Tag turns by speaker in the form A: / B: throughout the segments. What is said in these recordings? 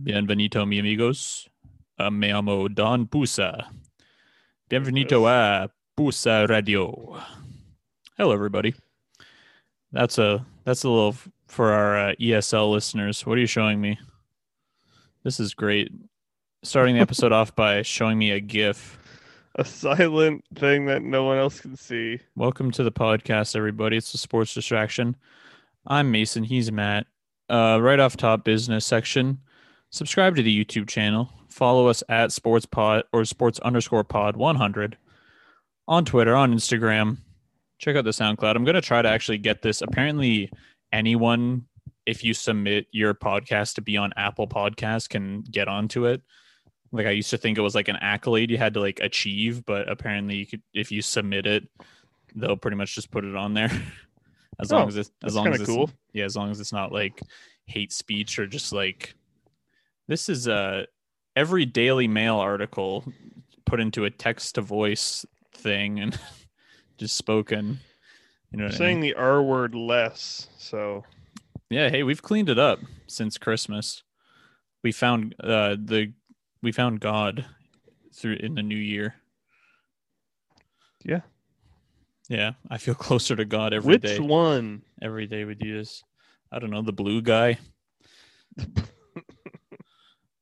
A: Bienvenido, mi amigos. Uh, me llamo Don Pusa. Bienvenido a Pusa Radio. Hello, everybody. That's a that's a little f- for our uh, ESL listeners. What are you showing me? This is great. Starting the episode off by showing me a GIF.
B: a silent thing that no one else can see.
A: Welcome to the podcast, everybody. It's the sports distraction. I'm Mason. He's Matt. Uh, right off top, business section. Subscribe to the YouTube channel. Follow us at sports pod or sports underscore pod 100 on Twitter, on Instagram. Check out the SoundCloud. I'm going to try to actually get this. Apparently, anyone, if you submit your podcast to be on Apple Podcasts, can get onto it like I used to think it was like an accolade you had to like achieve, but apparently you could if you submit it, they'll pretty much just put it on there. as
B: Oh,
A: long as it's as
B: That's
A: long
B: kind
A: as
B: of
A: it's,
B: cool.
A: yeah, as long as it's not like hate speech or just like this is uh every Daily Mail article put into a text to voice thing and just spoken. You know
B: You're
A: what I
B: saying
A: mean?
B: the R word less, so
A: Yeah, hey, we've cleaned it up since Christmas. We found uh the we found God through in the new year.
B: Yeah.
A: Yeah, I feel closer to God every
B: which
A: day.
B: one?
A: Every day we do this. I don't know, the blue guy.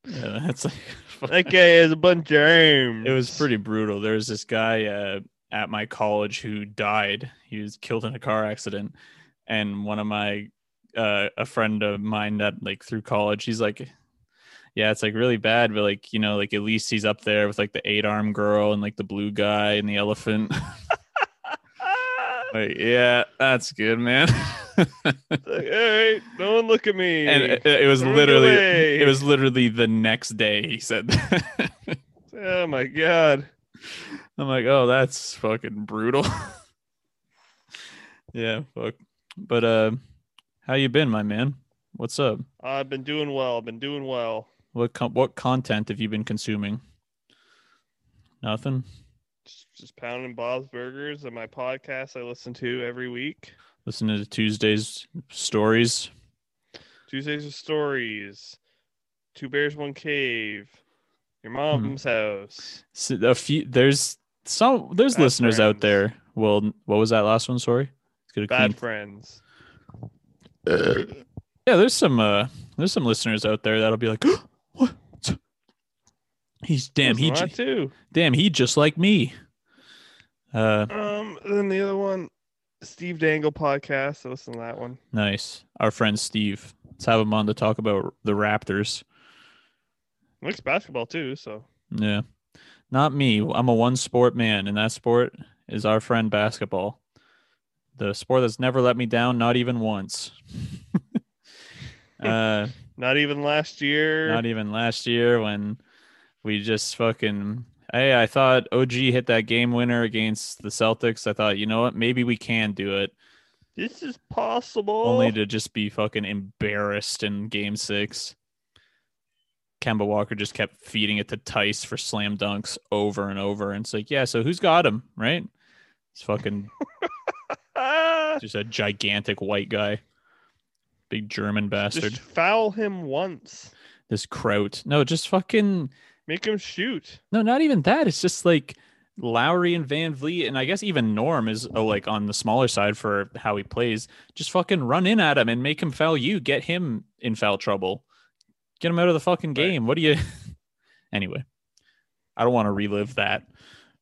A: yeah, that's like
B: That guy has a bunch of arms.
A: it was pretty brutal. There was this guy uh, at my college who died. He was killed in a car accident, and one of my uh, a friend of mine that like through college, he's like, yeah, it's like really bad, but like you know, like at least he's up there with like the eight arm girl and like the blue guy and the elephant.
B: Ah!
A: like, yeah, that's good, man.
B: It's like, All right, no one look at me.
A: and it, it was
B: Throw it
A: literally,
B: away.
A: it was literally the next day he said. That.
B: oh my god.
A: I'm like, oh, that's fucking brutal. yeah, fuck. But uh, how you been, my man? What's up?
B: I've been doing well. I've been doing well.
A: What con what content have you been consuming? Nothing.
B: Just, just pounding Bob's Burgers and my podcast I listen to every week.
A: Listen to Tuesday's stories.
B: Tuesdays are stories. Two bears, one cave.
A: Hmm.
B: Your mom's house.
A: S- A few. There's some. There's
B: Bad
A: listeners out
B: friends.
A: there. Well, what was that last one? Sorry. Let's get a
B: Bad
A: clean.
B: friends.
A: Yeah, there's some. Uh, there's some listeners out there that'll be like, what? He's damn. He
B: There's
A: ju-
B: a lot too.
A: damn. He just like me. Uh,
B: Um, then the other one, Steve Dangle podcast. I listen to that one.
A: Nice. Our friend Steve. Let's have him on to talk about the Raptors.
B: Looks basketball too, so
A: Yeah. Not me. I'm a one sport man, and that sport is our friend basketball. The sport that's never let me down, not even once. uh,
B: not even last year.
A: not e- even last year when we just fucking. Hey, I thought OG hit that game winner against the Celtics. I thought, you know what? Maybe we can do it.
B: this is possible.
A: only to just be fucking embarrassed in game six. Kemba Walker just kept feeding it to Tice for slam dunks over and over. And it's like, yeah, so who's got him, right? It's fucking
B: Ah!
A: just a gigantic white guy, big German bastard.
B: just foul him once.
A: This Kraut. No, just fucking,
B: Make him shoot.
A: no, not even that. It's just like Lowry and Van Vliet. And I guess even Norm is oh, like on the smaller side for how he plays. Just fucking run in at him and make him foul you. Get him in foul trouble. Get him out of the fucking
B: Right.
A: game. What do you anyway? I don't want to relive that.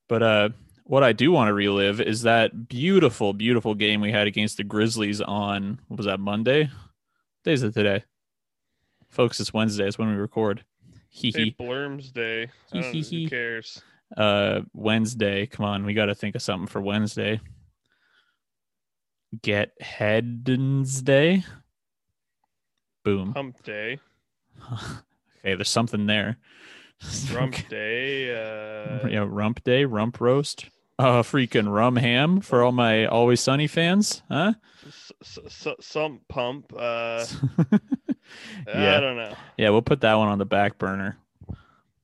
A: But uh what I do want to relive is that beautiful, beautiful game we had against the Grizzlies on what was that Monday? What day is it today? Folks, it's Wednesday, it's when we record. Hee
B: Hey,
A: hee.
B: Blurms Day. I don't,
A: Hee-hee-hee.
B: who cares?
A: Uh Wednesday. Come on, we gotta think of something for Wednesday. Get Headens Day. Boom.
B: Hump Day.
A: okay, there's something there.
B: Oh. Rump
A: Okay.
B: Day. Uh,
A: yeah, rump day, rump roast, uh, freaking rum ham for all my always sunny fans, huh?
B: s- s- s- Sump Pump. Uh,
A: Yeah.
B: I don't know.
A: yeah, we'll put that one on the back burner.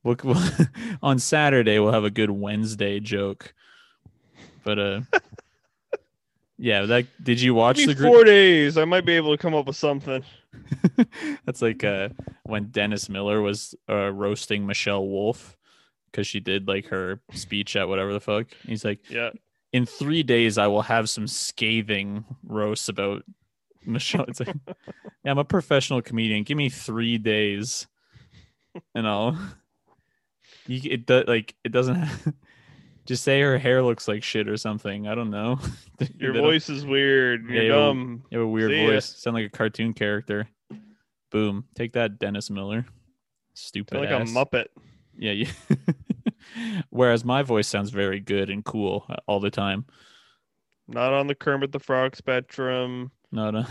A: We'll, we'll- on Saturday we'll have a good Wednesday joke, but uh, yeah, that did you watch
B: Give
A: the
B: me
A: group?
B: four days. I might be able to come up with something.
A: That's like uh, when Dennis Miller was uh, roasting Michelle Wolf because she did like her speech at whatever the fuck. He's like,
B: Yeah.
A: in three days, I will have some scathing roasts about Michelle. It's like, yeah, I'm a professional comedian. Give me three days, and I'll. You, it does like it doesn't. just say her hair looks like shit or something. I don't know.
B: Your
A: They don't-
B: voice is weird. You're
A: Yeah, well-
B: dumb.
A: you have a weird
B: See ya.
A: voice. Sound like a cartoon character. Boom. Take that, Dennis Miller. Stupid
B: Sound like
A: ass.
B: a Muppet.
A: Yeah, yeah. Whereas my voice sounds very good and cool uh, all the time.
B: Not on the Kermit the Frog spectrum.
A: Not a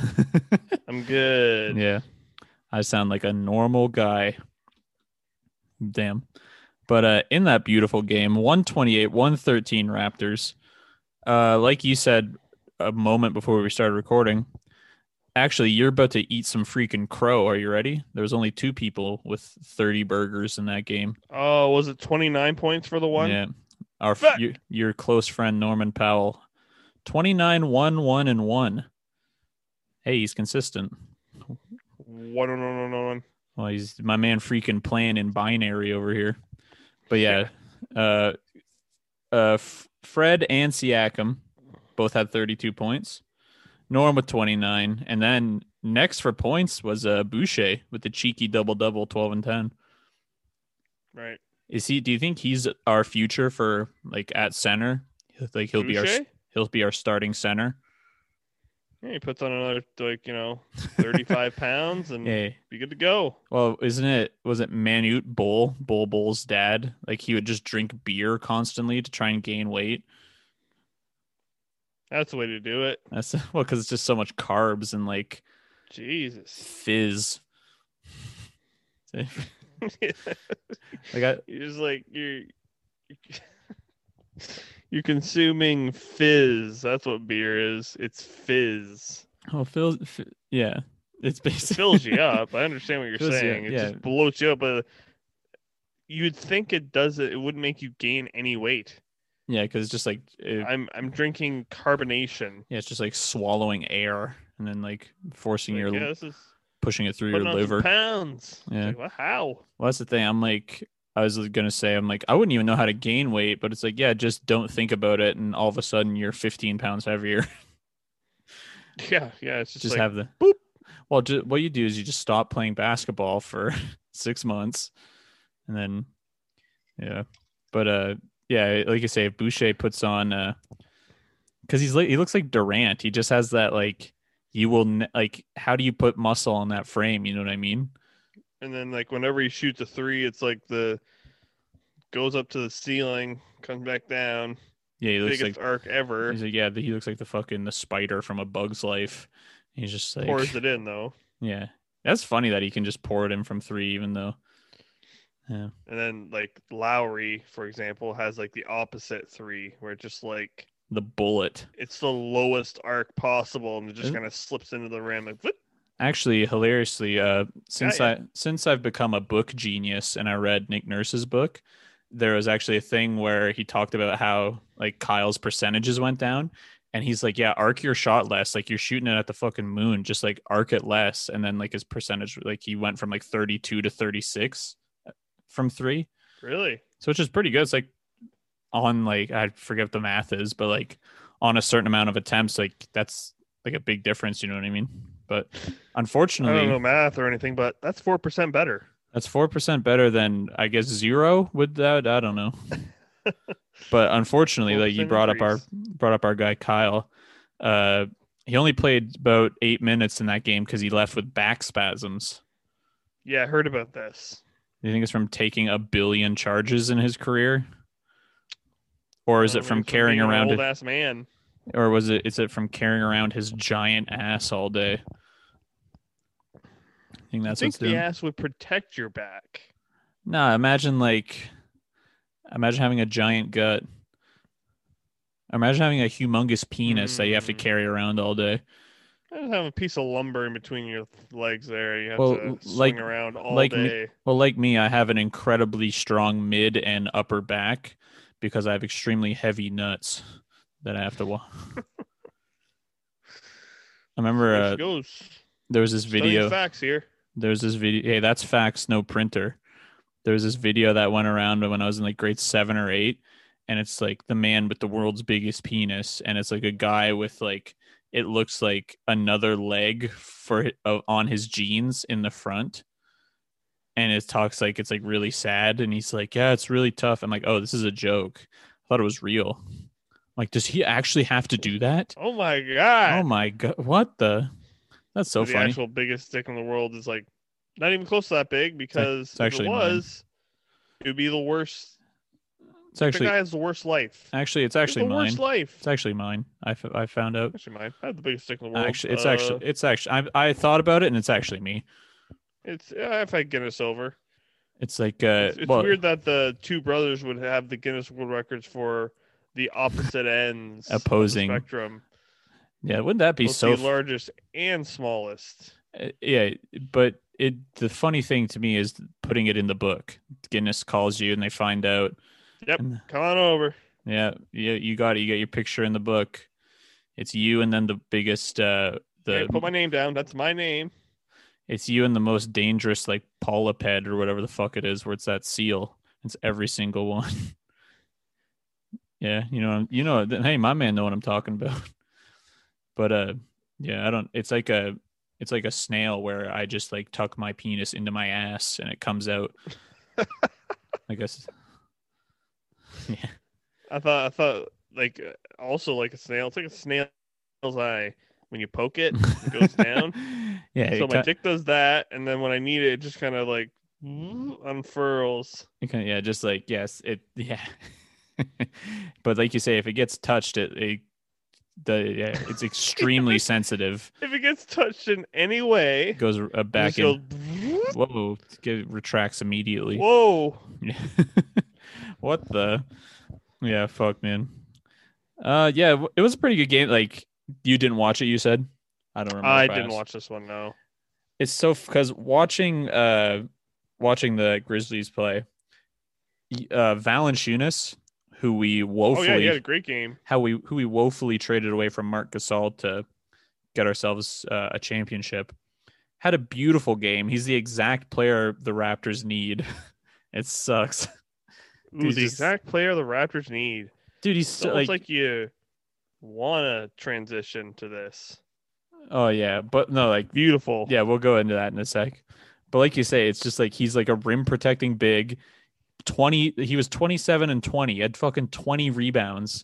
B: I'm good.
A: yeah. I sound like a normal guy. Damn. But uh, in that beautiful game, 128, 113 Raptors. Uh, like you said a moment before we started recording, actually, you're about to eat some freaking crow. Are you ready? There was only two people with 30 burgers in that game.
B: Oh, was it 29 points for the one?
A: Yeah. Our f-
B: Fuck.
A: your, your close friend Norman Powell. 29 1 1 and 1. Hey, he's consistent.
B: One, one, one, one, one.
A: Well, he's my man freaking playing in binary over here. But yeah, uh uh F- Fred and Siakam both had 32 points. Norm with 29 and then next for points was uh Boucher with the cheeky double double 12 and 10.
B: Right.
A: Is he? Do you think he's our future for like at center? Like he'll be our
B: Boucher?
A: he'll be our starting center.
B: Yeah, he puts on another like you know 35 pounds and
A: Yeah.
B: be good to go.
A: Well, isn't it? Was it Manute Bull Bull Bull's dad? Like he would just drink beer constantly to try and gain weight.
B: That's the way to do it.
A: That's well, because it's just so much carbs and like
B: Jesus.
A: fizz. like I,
B: You're just like you're you're consuming fizz. That's what beer is. It's fizz.
A: oh, Phil, f- yeah, it's
B: It
A: basically
B: fills you up. I understand what you're
A: Fills you
B: saying.
A: up,
B: it
A: yeah.
B: just bloats you up, but you'd think it does it. It wouldn't make you gain any weight.
A: yeah, because it's just like it-
B: I'm I'm drinking carbonation.
A: yeah, it's just like swallowing air and then like forcing your
B: Like, yeah, this is
A: pushing it through
B: putting
A: your
B: on some
A: liver.
B: pounds. It's
A: Yeah.
B: like, well, how?
A: Well, that's the thing. I'm like, I was gonna say, I'm like, I wouldn't even know how to gain weight, but it's like, yeah, just don't think about it, and all of a sudden you're 15 pounds heavier.
B: Yeah, yeah. It's just,
A: just
B: like,
A: have the
B: boop.
A: Well, ju- what you do is you just stop playing basketball for six months, and then, yeah, but uh, yeah, like you say, if Boucher puts on, uh, because he's like, he looks like Durant. He just has that like, you will ne- like, how do you put muscle on that frame? You know what I mean?
B: and then like whenever he shoots a three, it's like the goes up to the ceiling, comes back down,
A: Yeah, he looks
B: biggest
A: like
B: arc ever.
A: He's like, yeah, he looks like the fucking the spider from A Bug's Life. He's just like,
B: Pours it in though,
A: yeah, that's funny that he can just pour it in from three, even though.
B: and then like Lowry, for example, has like the opposite three, where it just like
A: The bullet.
B: it's the lowest arc possible, and it just
A: Isn't-
B: kind of slips into the rim. Like, "Whoop."
A: Actually, hilariously, uh, since
B: yeah.
A: I since I've become a book genius and I read Nick Nurse's book, there was actually a thing where he talked about how like Kyle's percentages went down, and he's like, yeah, arc your shot less, like you're shooting it at the fucking moon, just like arc it less, and then like his percentage, like he went from like 32 to 36 from three.
B: really?
A: So which is pretty good. It's like on like I forget what the math is, but like on a certain amount of attempts, like that's like a big difference. You know what I mean? But
B: I don't know
A: unfortunately,
B: math or anything, but that's four percent better.
A: that's four percent better than I guess zero with that. I don't know. but unfortunately, like you
B: 4%
A: brought up our
B: increase.
A: brought up our guy Kyle. Uh, he only played about eight minutes in that game because he left with back spasms.
B: Yeah, I heard about this.
A: Do you think it's from taking a billion charges in his career? Or is
B: I
A: it
B: don't
A: from
B: think it's
A: carrying
B: being an
A: around a-
B: old ass man?
A: or was it is it from carrying around his giant ass all day? I think
B: I
A: that's
B: think
A: what's doing.
B: the ass would protect your back.
A: Nah, imagine like imagine having a giant gut. Imagine having a humongous penis that you have to
B: Mm.
A: carry around all day.
B: I just have a piece of lumber in between your legs there. You have
A: Well,
B: to
A: l-
B: swing
A: like-
B: around all
A: like me-
B: day.
A: Well, like me, I have an incredibly strong mid and upper back because I have extremely heavy nuts that I have to walk. I remember
B: There
A: uh,
B: she goes.
A: there was this
B: Studying
A: video.
B: facts here.
A: There's this video. Hey, that's fax, no printer. There's this video that went around when I was in like grade seven or eight, and it's like the man with the world's biggest penis, and it's like a guy with like it looks like another leg for uh, on his jeans in the front, and it talks like it's like really sad, and he's like, yeah, it's really tough. I'm like, oh, this is a joke. I thought it was real. Like, does he actually have to do that?
B: Oh my
A: Oh
B: god!
A: my god! What the? That's so
B: the
A: funny.
B: actual biggest dick in the world is like not even close to that big because if
A: actually
B: it
A: mine.
B: was, it would be the worst.
A: it's actually,
B: the guy has the worst life.
A: actually, it's
B: It's
A: actually
B: the
A: mine.
B: worst life.
A: It's actually mine. I, f- I found out.
B: Actually, mine. I have the biggest dick in the world.
A: Actually, it's
B: Uh,
A: actually, it's actually. I, I thought about it, and it's actually me.
B: It's yeah, if I Guinness over.
A: It's like, uh,
B: It's, it's
A: well,
B: weird that the two brothers would have the Guinness World Records for the opposite ends of the
A: Opposing.
B: spectrum.
A: yeah. Wouldn't that be
B: both
A: so?
B: the
A: f-
B: largest and smallest.
A: uh, yeah, but it. The funny thing to me is putting it in the book. Guinness calls you, and they find out.
B: Yep.
A: and-
B: Come on over.
A: yeah, yeah. You got it. You got your picture in the book. It's you, and then the biggest. uh the
B: Hey, put my name down. That's my name.
A: It's you and the most dangerous, like polyped or whatever the fuck it is, where it's that seal. It's every single one. yeah, you know, what I'm- you know. th- Hey, my man, know what I'm talking about. But uh, yeah, I don't. It's like a, it's like a snail where I just like tuck my penis into my ass and it comes out. I guess. Yeah.
B: I thought. I thought like uh, also like a snail. It's like a snail's eye. When you poke it, it goes down.
A: yeah.
B: so
A: it
B: my
A: ki-
B: dick does that, and then when I need it, it just kind of like unfurls.
A: It kinda- yeah, just like yes, it yeah. but like you say, if it gets touched, it, it the yeah, it's extremely sensitive.
B: If it gets touched in any way,
A: It goes uh,
B: it just
A: back
B: goes
A: in. Whoa! Get, retracts immediately.
B: Whoa!
A: what the? Yeah, fuck, man. Uh, yeah, w- it was a pretty good game. Like you didn't watch it, you said. I don't remember.
B: I
A: if
B: didn't
A: asked.
B: watch this one. No.
A: it's so because watching uh watching the Grizzlies play, y- uh Valanciunas, who we woefully
B: Oh yeah, you had a great game.
A: how we who we woefully traded away from Mark Gasol to get ourselves uh, a championship. Had a beautiful game. He's the exact player the Raptors need. It sucks,
B: Ooh,
A: Dude,
B: the
A: just-
B: exact player the Raptors need.
A: dude. He's
B: It's
A: so,
B: almost
A: like,
B: like, you want to transition to this.
A: oh yeah, but no, like
B: Beautiful.
A: yeah, we'll go into that in a sec. But like you say, it's just like he's like a rim protecting big. Twenty, he was twenty seven and twenty. Had fucking twenty rebounds.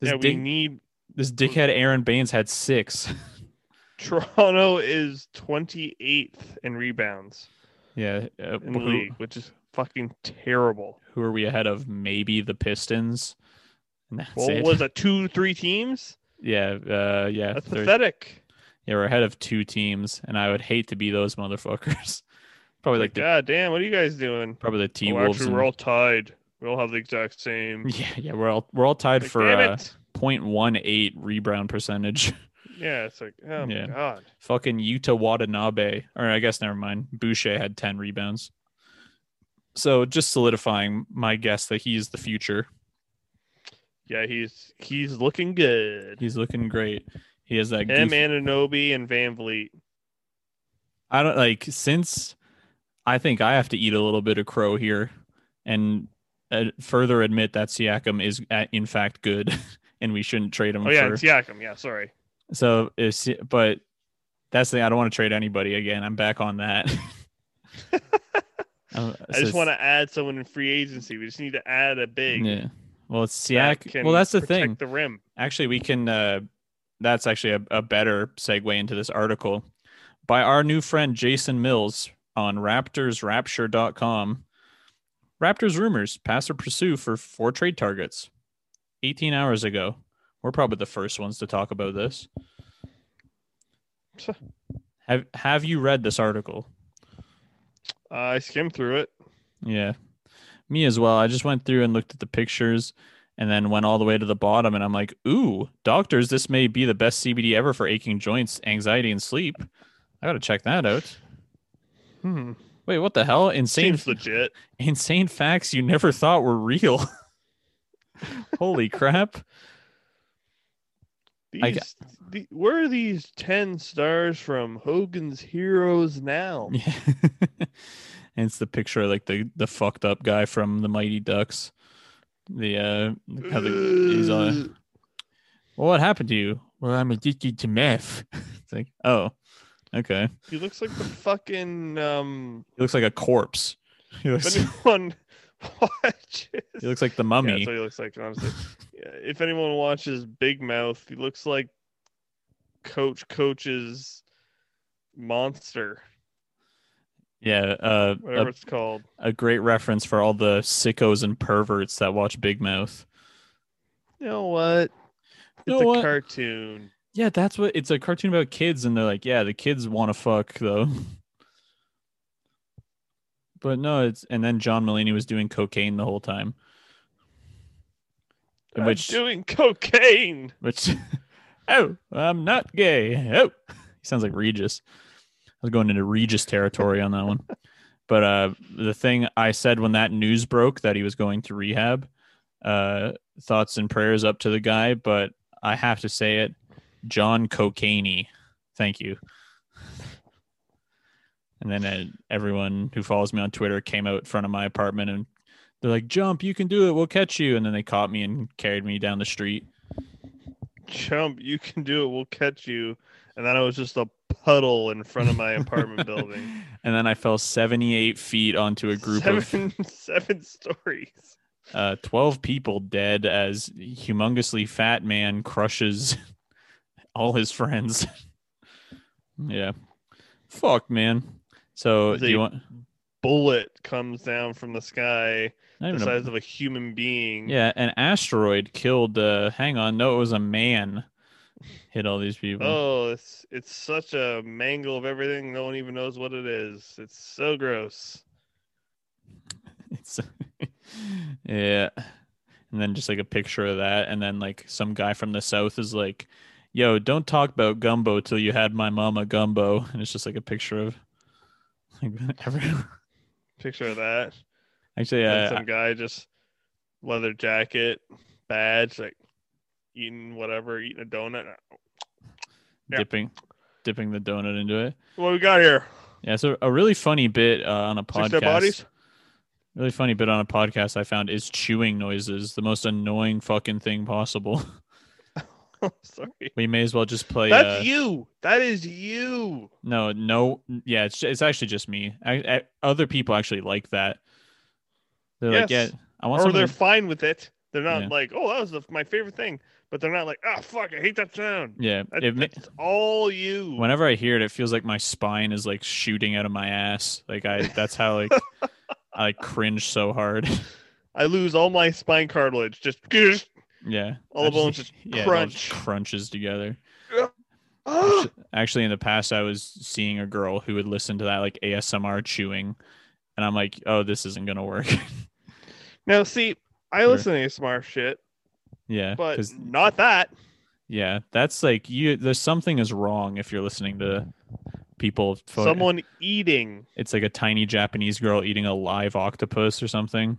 A: This
B: yeah. We
A: dick,
B: need
A: this dickhead Aaron Baines had six.
B: Toronto is 28th in rebounds
A: yeah, uh,
B: in the
A: who-
B: league, which is fucking terrible.
A: who are we ahead of? Maybe the Pistons. And that's
B: Well,
A: it.
B: was that two, three teams?
A: yeah, uh, yeah,
B: That's
A: they're-
B: pathetic.
A: yeah. We're ahead of two teams, and I would hate to be those motherfuckers. probably like the
B: God damn, what are you guys doing?
A: probably the T
B: Oh,
A: Wolves.
B: actually, we're all tied. We all have the exact same.
A: yeah, yeah, we're all we're all tied
B: Like,
A: for
B: damn
A: uh,
B: it.
A: 0.18 rebound percentage.
B: Yeah, it's like, oh
A: Yeah.
B: my god.
A: Fucking Utah Watanabe, or I guess never mind. Boucher had ten rebounds. So just solidifying my guess that he's the future.
B: Yeah, he's he's looking good.
A: He's looking great. He has that
B: Him
A: goofy-
B: Ananobi and Van Vliet.
A: I don't like since I think I have to eat a little bit of crow here and uh, further admit that Siakam is uh, in fact good and we shouldn't trade him
B: Oh yeah,
A: for.
B: and Siakam. Yeah, sorry.
A: so is but that's the thing I don't want to trade anybody again. I'm back on that. Um,
B: I just want to add someone in free agency. We just need to add a big.
A: Yeah. Well, it's
B: that
A: Siak.
B: can
A: Well, that's the
B: protect
A: thing.
B: The rim.
A: actually we can uh that's actually a, a better segue into this article by our new friend jason mills on raptorsrapture.com raptors rumors pass or pursue for four trade targets 18 hours ago we're probably the first ones to talk about this
B: Sure.
A: have have you read this article
B: Uh, I skimmed through it.
A: yeah, me as well. I just went through and looked at the pictures and then went all the way to the bottom. And I'm like, ooh, doctors, this may be the best CBD ever for aching joints, anxiety, and sleep. I got to check that out.
B: Hmm.
A: Wait, what the hell? Insane,
B: Seems legit.
A: insane facts you never thought were real. Holy crap.
B: These,
A: I
B: the- where are these ten stars from Hogan's Heroes now?
A: Yeah. and it's the picture of like the the fucked up guy from the Mighty Ducks. The uh how the, he's uh, on
B: Ugh.
A: Well what happened to you? Well I'm addicted to meth. it's like, oh, okay.
B: He looks like the fucking um.
A: He looks like a corpse. He
B: If
A: looks
B: anyone watches,
A: he looks like the
B: yeah,
A: mummy.
B: that's what he looks like. Honestly, Yeah, if anyone watches Big Mouth, he looks like Coach Coach's monster,
A: yeah, uh
B: whatever
A: a,
B: it's called.
A: a great reference for all the sickos and perverts that watch Big Mouth.
B: You know what? It's
A: You know
B: a
A: what?
B: cartoon.
A: Yeah, that's what it's a cartoon about kids, and they're like, yeah, the kids want to fuck though. but no, it's and then John Mulaney was doing cocaine the whole time, In
B: I'm
A: which
B: doing cocaine.
A: which oh, I'm not gay. Oh, he sounds like Regis. I was going into Regis territory on that one. But uh, the thing I said when that news broke that he was going to rehab, uh, thoughts and prayers up to the guy. But I have to say it, John Cocaney. Thank you. And then uh, everyone who follows me on Twitter came out in front of my apartment and they're like, "Jump, you can do it. We'll catch you." And then they caught me and carried me down the street.
B: Jump, you can do it. We'll catch you. And then I was just a puddle in front of my apartment building.
A: And then I fell 78 feet onto a group of
B: seven, seven stories.
A: uh, 12 people dead as humongously fat man crushes all his friends. yeah. Fuck, man. So, do
B: They-
A: you want.
B: Bullet comes down from the sky,
A: not
B: the
A: even a-
B: size of a human being.
A: yeah, an asteroid killed. Uh, hang on. No, it was a man. Hit all these people.
B: Oh, it's it's such a mangle of everything. No one even knows what it is. It's so gross.
A: It's yeah. And then just like a picture of that. And then like some guy from the south is like, yo, don't talk about gumbo till you had my mama gumbo. And it's just like a picture of like everyone.
B: Picture of that.
A: Actually,
B: And
A: uh,
B: some guy just leather jacket, badge, like eating whatever, eating a donut. yeah.
A: dipping dipping the donut into it.
B: What we got here?
A: Yeah, so a really funny bit uh, on a
B: Six dead
A: podcast.
B: bodies.
A: Really funny bit on a podcast I found is chewing noises, the most annoying fucking thing possible.
B: Oh, Sorry.
A: we may as well just play uh,
B: That's you. That is you.
A: No, no, yeah, it's it's actually just me. I, I, other people actually like that. They're like, yeah,
B: Yes.
A: I want
B: Or
A: something.
B: they're fine with it. They're not
A: Yeah.
B: like, oh, that was the, my favorite thing. But they're not like, ah, fuck, I hate that sound.
A: yeah,
B: That,
A: it, ma-
B: that's all you.
A: whenever I hear it, it feels like my spine is like shooting out of my ass. Like I, that's how like I like, cringe so hard.
B: I lose all my spine cartilage. Just
A: yeah,
B: All
A: I
B: the bones just
A: yeah, it all just
B: crunch.
A: crunches together.
B: Ah!
A: Actu- Actually, in the past, I was seeing a girl who would listen to that like ASMR chewing, and I'm like, oh, this isn't gonna work.
B: Now, see, I
A: Sure.
B: listen to ASMR shit,
A: yeah,
B: but
A: 'cause-
B: not that.
A: Yeah, that's like you. There's something is wrong if you're listening to people. Fo-
B: Someone eating.
A: it's like a tiny Japanese girl eating a live octopus or something.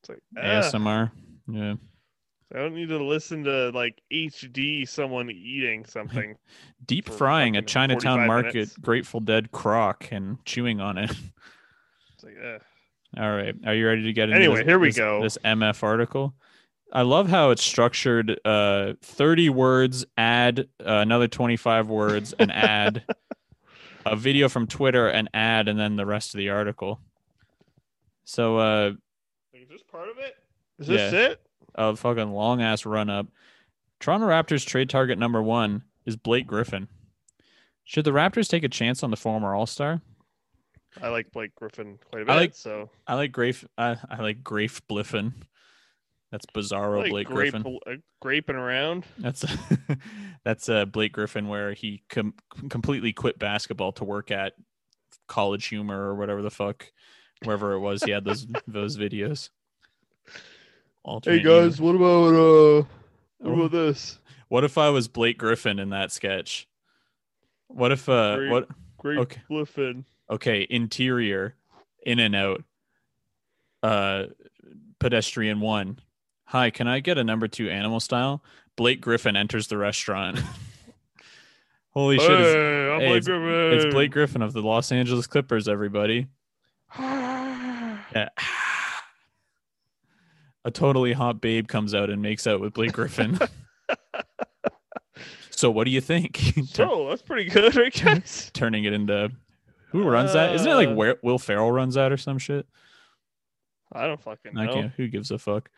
B: It's like, ugh,
A: ASMR. Yeah.
B: I don't need to listen to like HD someone eating something.
A: Deep
B: For
A: frying a
B: fucking
A: Chinatown
B: 45
A: market
B: minutes.
A: Grateful Dead crock and chewing on it.
B: It's like, ugh.
A: All right. Are you ready to get into
B: Anyway,
A: this-
B: here we
A: this-
B: go.
A: This MF article. I love how it's structured uh 30 words, add uh, another 25 words, an ad, a video from Twitter, an ad, and then the rest of the article. So uh
B: Like, is this part of it? Is this it?
A: a fucking long ass run up. Toronto Raptors trade target number one is Blake Griffin. Should the Raptors take a chance on the former All Star?
B: I like Blake Griffin quite a bit.
A: I like
B: so
A: I like Grafe. I, I like Grafe Bliffin. That's
B: I
A: bizarro
B: like
A: Blake
B: grape,
A: Griffin.
B: uh, graping around.
A: That's that's uh, Blake Griffin where he com- completely quit basketball to work at College Humor or whatever the fuck, wherever it was. He had those those videos. Alternate year.
B: what about uh,
A: what about
B: this?
A: What if I was Blake Griffin in that sketch? What if uh
B: Great.
A: what
B: Grape
A: Okay.
B: Griffin.
A: okay, interior, in and out. Uh pedestrian one. Hi, can I get a number two animal style? Blake Griffin enters the restaurant. Holy
B: Hey,
A: shit! It's,
B: I'm
A: hey,
B: Blake
A: it's
B: Griffin.
A: Blake Griffin of the Los Angeles Clippers. Everybody, Yeah. a totally hot babe comes out and makes out with Blake Griffin. so, what do you think? Tur-
B: so that's pretty good, I guess.
A: Turning it into who runs that? Isn't it like
B: Uh,
A: where Will Ferrell runs that or some shit?
B: I don't fucking
A: I
B: know.
A: can't. Who gives a fuck?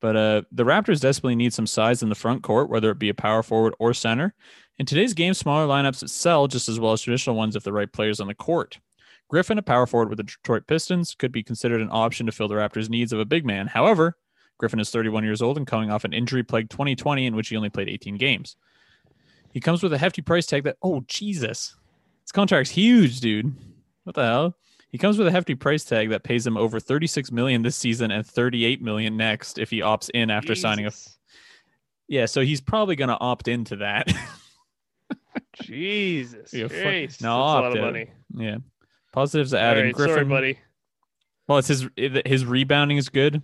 A: But uh, the Raptors desperately need some size in the front court, whether it be a power forward or center. In today's game, smaller lineups sell just as well as traditional ones if the right players on the court. Griffin, a power forward with the Detroit Pistons, could be considered an option to fill the Raptors' needs of a big man. However, Griffin is 31 years old and coming off an injury-plagued 2020 in which he only played 18 games. He comes with a hefty price tag that oh Jesus, his contract's huge, dude. What the hell? He comes with a hefty price tag that pays him over 36 million this season and 38 million next if he opts in after signing a
B: Jesus.
A: Yeah, so he's probably going to opt into that.
B: Jesus.
A: Yeah, fuck-
B: Christ,
A: No,
B: that's a lot
A: opt
B: of
A: out.
B: money.
A: yeah. Positives to add
B: All
A: in
B: right,
A: Griffin.
B: sorry, buddy.
A: Well, it's his his rebounding is good,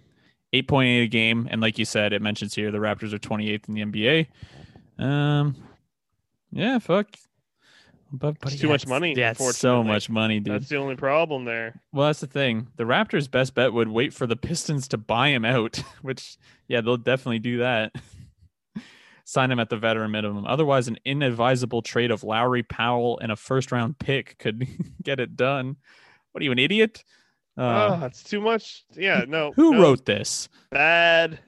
A: eight point eight a game, and like you said, it mentions here the Raptors are twenty eighth in the NBA. Um, yeah, fuck, but, but
B: It's too much money,
A: Yeah, it's so
B: unfortunately.
A: much money, dude.
B: That's the only problem there.
A: well, that's the thing. The Raptors' best bet would wait for the Pistons to buy him out, which yeah, they'll definitely do that. Sign him at the veteran minimum. Otherwise, an inadvisable trade of Lowry Powell and a first round pick could get it done. What are you, an idiot? Uh,
B: Ah, it's too much. Yeah, no.
A: who
B: no,
A: wrote this?
B: bad?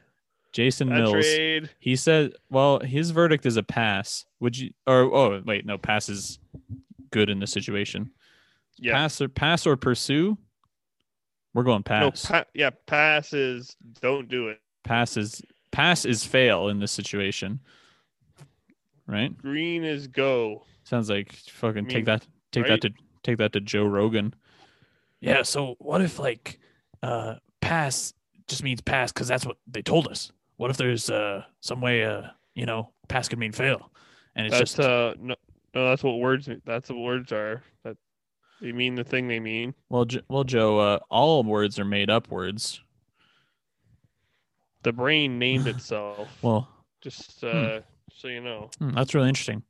A: Jason
B: That
A: Mills.
B: trade.
A: He said, "Well, his verdict is a pass. Would you? Or oh, wait, no, pass is good in this situation.
B: Yeah.
A: Pass or pass or pursue. We're going pass.
B: No, pa- yeah, pass is don't do it.
A: pass is pass is fail in this situation. Right?
B: Green is go.
A: Sounds like fucking
B: mean,
A: take that, take
B: right?
A: that to take that to Joe Rogan. Yeah. So what if like, uh, pass just means pass because that's what they told us. What if there's uh some way uh you know pass could mean fail, and
B: that's uh no, no, that's what words mean. That's what words are. That they mean the thing they mean.
A: Well, jo- well, Joe. Uh, all words are made up words.
B: The brain named itself.
A: Well,
B: Just uh, so you know.
A: hmm, that's really interesting.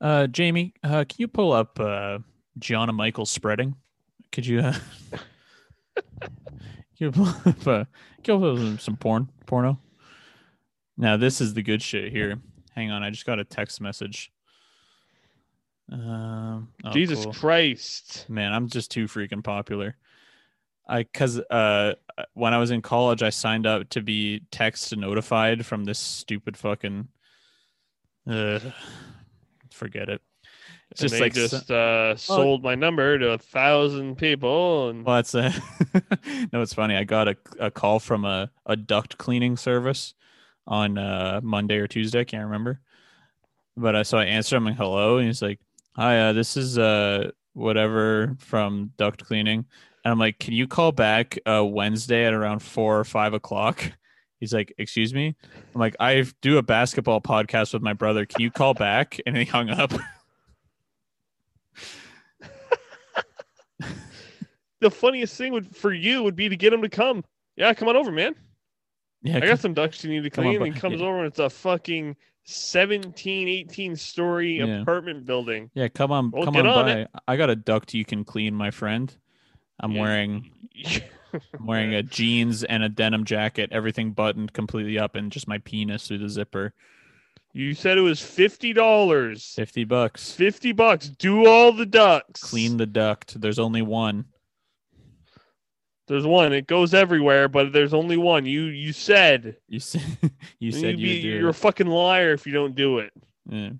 A: Uh, Jamie, uh, can you pull up uh, Gianna Michaels spreading? Could you? Uh, can you pull up, uh, can you pull up some- some porn porno? Now this is the good shit here. Hang on, I just got a text message. Um, oh,
B: Jesus
A: cool.
B: Christ.
A: Man, I'm just too freaking popular. I cuz uh when I was in college I signed up to be text notified from this stupid fucking uh forget it. It's
B: And
A: just
B: they
A: like so-
B: just uh, sold my number to a thousand people and
A: well, that's a no. It's funny. I got a, a call from a, a duct cleaning service on uh, Monday or Tuesday. I can't remember, but I so I answered him and hello, and he's like, "Hi, uh, this is uh whatever from duct cleaning," and I'm like, "Can you call back uh, Wednesday at around four or five o'clock?" He's like, "Excuse me." I'm like, "I do a basketball podcast with my brother. Can you call back?" And he hung up.
B: the funniest thing would for you would be to get him to come. Yeah, come on over, man.
A: Yeah,
B: I got some ducks you need to
A: Come on,
B: clean.
A: bu-
B: and he comes over and it's a fucking 17, 18 story
A: Yeah.
B: apartment building.
A: Yeah, come on,
B: Well,
A: come on,
B: get on
A: by. I got a duct you can clean, my friend. I'm
B: Yeah,
A: wearing Mm-hmm. I'm wearing a jeans and a denim jacket, everything buttoned completely up, and just my penis through the zipper.
B: You said it was fifty dollars.
A: Fifty bucks.
B: Fifty bucks. Do all the ducks.
A: Clean the duct. There's only one.
B: There's one. It goes everywhere, but there's only one. You you said.
A: You said you
B: And
A: said
B: you'd be-
A: you do.
B: You're a fucking liar if you don't do it.
A: Yeah.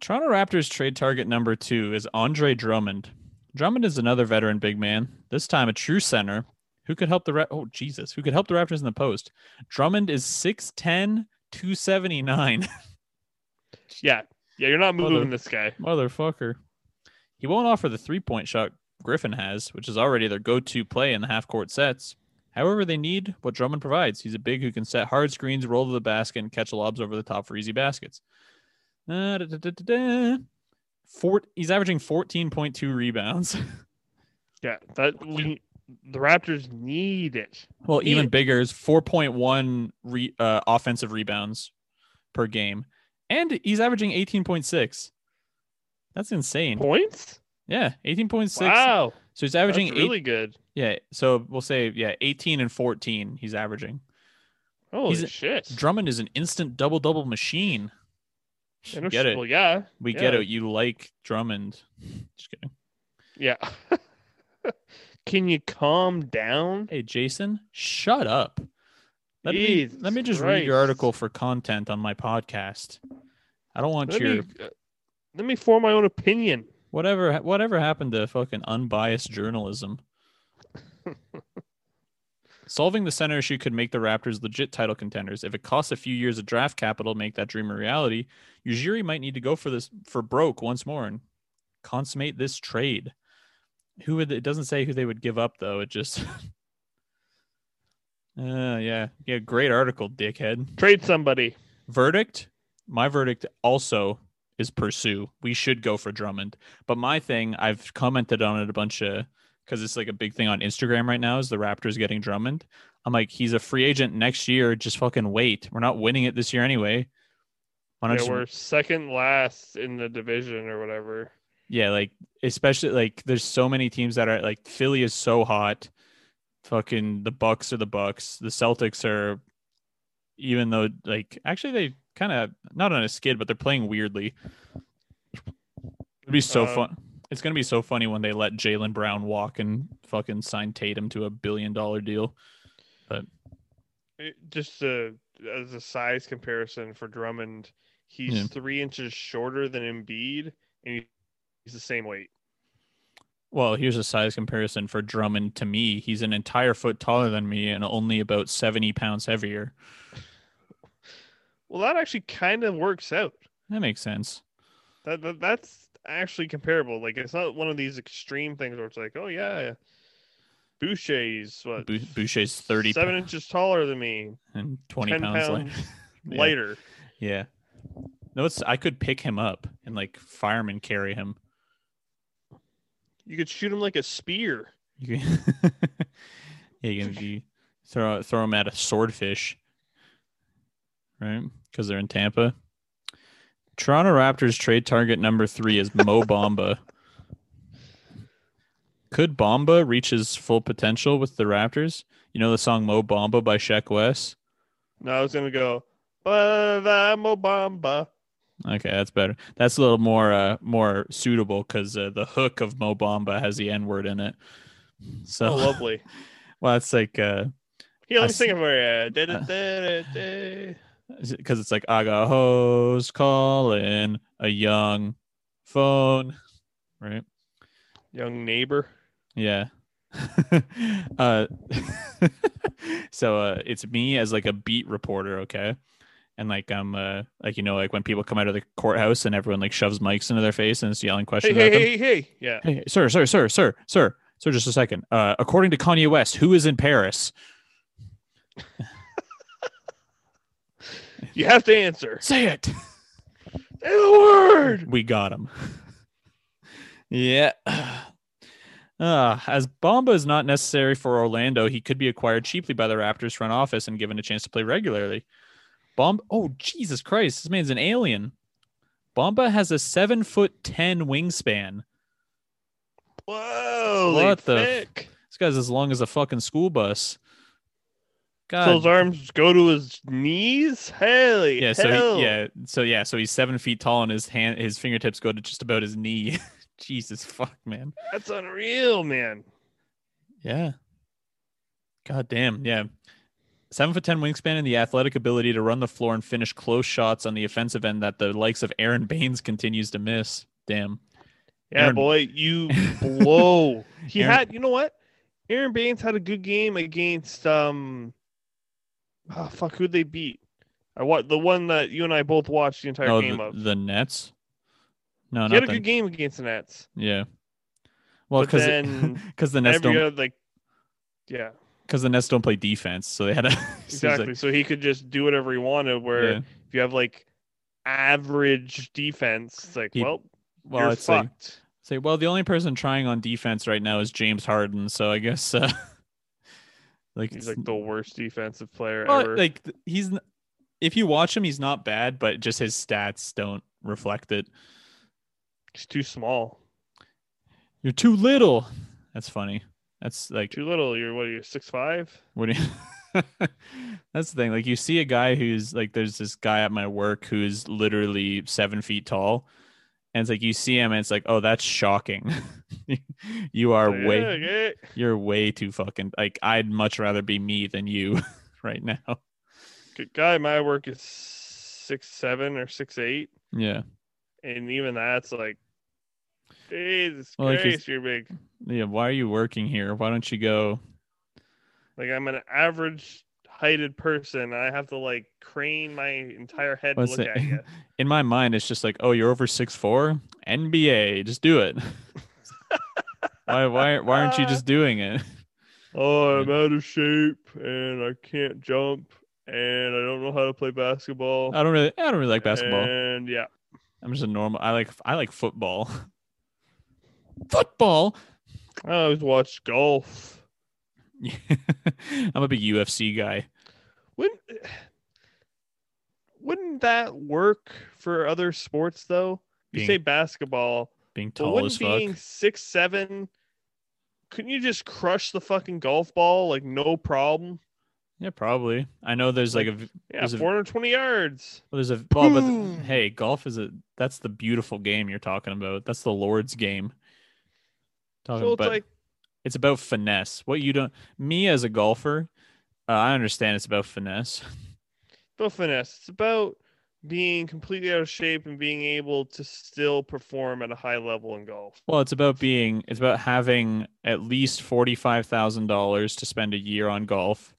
A: Toronto Raptors trade target number two is Andre Drummond. Drummond is another veteran big man, this time a true center who could help the Ra- oh Jesus, who could help the Raptors in the post. Drummond is 6'10, 279.
B: Yeah. Yeah, you're not
A: Mother-
B: moving this guy.
A: Motherfucker. He won't offer the three point shot Griffin has, which is already their go to play in the half court sets. However, they need what Drummond provides. He's a big who can set hard screens, roll to the basket, and catch lobs over the top for easy baskets. Uh, da, da, da, da, da. Four, he's averaging 14.2 rebounds.
B: Yeah. That we the Raptors need it.
A: well,
B: He-
A: even bigger is 4.1 re, uh, offensive rebounds per game, and he's averaging 18.6. That's insane.
B: Points?
A: Yeah, 18.6.
B: Wow.
A: So he's
B: That's
A: averaging eight.
B: really good.
A: Yeah, so we'll say yeah, 18 and 14. He's averaging.
B: Holy
A: a-
B: shit.
A: Drummond is an instant double double machine.
B: Yeah, no
A: get
B: shit.
A: it.
B: Well, yeah.
A: We get
B: Yeah.
A: it. You like Drummond? Just kidding.
B: Yeah. Can you calm down?
A: Hey Jason, shut up. Let me
B: Jesus
A: let me just read your
B: Christ.
A: article for content on my podcast. I don't want
B: Let
A: your
B: me, uh, let me form my own opinion.
A: whatever whatever happened to fucking unbiased journalism. Solving the center issue could make the Raptors legit title contenders. If it costs a few years of draft capital to make that dream a reality, Ujiri might need to go for this for broke once more and consummate this trade. Who would it doesn't say who they would give up though. It just Uh yeah. Yeah, great article, dickhead.
B: Trade somebody.
A: Verdict? My verdict also is pursue. We should go for Drummond. But my thing, I've commented on it a bunch of because it's like a big thing on Instagram right now is the Raptors getting Drummond. I'm like, he's a free agent next year. Just fucking wait. We're not winning it this year anyway. Why not
B: Yeah,
A: just-
B: we're second last in the division or whatever.
A: yeah, like especially like there's so many teams that are like Philly is so hot. Fucking the Bucks are the Bucks. The Celtics are even though like actually they kind of not on a skid, but they're playing weirdly. It'd be so
B: Uh,
A: fun. It's gonna be so funny when they let Jalen Brown walk and fucking sign Tatum to a billion dollar deal.
B: It- just uh, as a size comparison for Drummond, he's
A: Yeah.
B: three inches shorter than Embiid, and he- he's the same weight.
A: Well, here's a size comparison for Drummond to me. He's an entire foot taller than me and only about seventy pounds heavier.
B: Well, that actually kind of works out.
A: That makes sense.
B: That, that that's actually comparable. Like it's not one of these extreme things where it's like, oh yeah, Boucher's what
A: Bou- Boucher's thirty
B: seven inches taller than me,
A: and 20
B: ten
A: pounds,
B: pounds,
A: lighter. Yeah.
B: lighter.
A: Yeah. No, it's I could pick him up and like fireman carry him.
B: You could shoot him like a spear.
A: You can, yeah, you can be, throw throw him at a swordfish, right? Because they're in Tampa. Toronto Raptors trade target number three is Mo Bamba. Could Bamba reach his full potential with the Raptors? You know the song Mo Bamba by Sheck West?
B: No, I was gonna go, but I'm Obama.
A: Okay, that's better. That's a little more uh more suitable because uh, the hook of Mo Bamba has the N word in it. So
B: Oh, lovely.
A: well, it's like uh
B: Yeah,
A: I Uh.
B: let me
A: s-
B: sing it for you. Da, da, da, da, da.
A: because it's like I got hoes calling a young phone, right?
B: Young neighbor.
A: Yeah. uh, so uh, it's me as like a beat reporter, okay? And like I'm uh, like you know like when people come out of the courthouse and everyone like shoves mics into their face and is yelling
B: Hey,
A: questions
B: hey,
A: at them.
B: hey, hey. Yeah.
A: Hey, sir, sir, sir, sir, sir, sir, just a second. Uh, according to Kanye West, who is in Paris?
B: You have to answer.
A: Say it.
B: Say the word.
A: We got him. yeah. Uh, as Bomba is not necessary for Orlando, he could be acquired cheaply by the Raptors front office and given a chance to play regularly. Bomb. Oh, Jesus Christ. This man's an alien. Bomba has a seven foot 10 wingspan.
B: Whoa.
A: What
B: What
A: the
B: the?
A: f-
B: Thick.
A: This guy's as long as a fucking school bus. God.
B: So his arms go to his knees? Hell
A: yeah so
B: hell.
A: he, yeah so yeah so he's seven feet tall and his hand his fingertips go to just about his knee jesus fuck man
B: That's unreal, man.
A: yeah god damn yeah seven foot ten wingspan and the athletic ability to run the floor and finish close shots on the offensive end that the likes of aaron baines continues to miss damn
B: Yeah,
A: Aaron-
B: boy, you blow. He
A: Aaron-
B: had, you know what? Aaron Baines had a good game against um, oh, fuck, who they beat? I what the one that you and I both watched the entire
A: oh
B: game
A: the,
B: of.
A: the nets no
B: he
A: not
B: had a
A: the,
B: good game against the Nets.
A: yeah well
B: But
A: because
B: then
A: because the nets
B: Every
A: don't
B: other, like, yeah,
A: because the nets don't play defense so they had a so it's like-
B: exactly. so he could just do whatever he wanted. Where
A: yeah.
B: if you have like average defense, it's like,
A: He-
B: well,
A: well
B: you're
A: it's like
B: fucked.
A: Say, well, the only person trying on defense right now is James Harden, so I guess uh, like
B: He's
A: it's-
B: like the worst defensive player
A: well,
B: ever.
A: like th- he's n- if you watch him, he's not bad, but just his stats don't reflect it.
B: He's too small,
A: You're too little. That's funny. That's like
B: too little. You're what? You're six five.
A: What do you? That's the thing. Like you see a guy who's like, there's this guy at my work who's literally seven feet tall, and it's like you see him, and it's like, oh, that's shocking. you
B: Oh,
A: are way, you're way too fucking. Like I'd much rather be me than you, right now.
B: Good guy. at My work is six seven or six eight,
A: Yeah,
B: and even that's like, Jesus
A: Well, like
B: Christ,
A: he's-
B: you're big.
A: yeah. Why are you working here? Why don't you go?
B: Like I'm an average heighted person. I have to like crane my entire head
A: What's
B: to look
A: it?
B: at you.
A: In my mind, it's just like, oh, you're over six four. NBA, just do it. why, why, why aren't you just doing it?
B: Oh, I'm out of shape and I can't jump and I don't know how to play basketball.
A: I don't really, I don't really like basketball.
B: And yeah,
A: I'm just a normal. I like I like football. football.
B: I always watch golf.
A: I'm a big UFC guy.
B: Wouldn't wouldn't that work for other sports though? You
A: Being
B: say basketball,
A: being
B: but
A: tall as
B: wouldn't
A: fuck.
B: being six seven couldn't you just crush the fucking golf ball like no problem?
A: Yeah, probably. I know there's like, a v-
B: Yeah,
A: There's a-
B: 420 yards.
A: well, there's a ball, but
B: Boom.
A: th- hey, golf is a that's the beautiful game you're talking about. That's the Lord's game. Talking
B: So it's
A: about
B: like
A: it's about finesse. What you don't me as a golfer, uh, I understand it's about finesse.
B: about finesse. It's about being completely out of shape and being able to still perform at a high level in golf.
A: Well, it's about being it's about having at least forty five thousand dollars to spend a year on golf.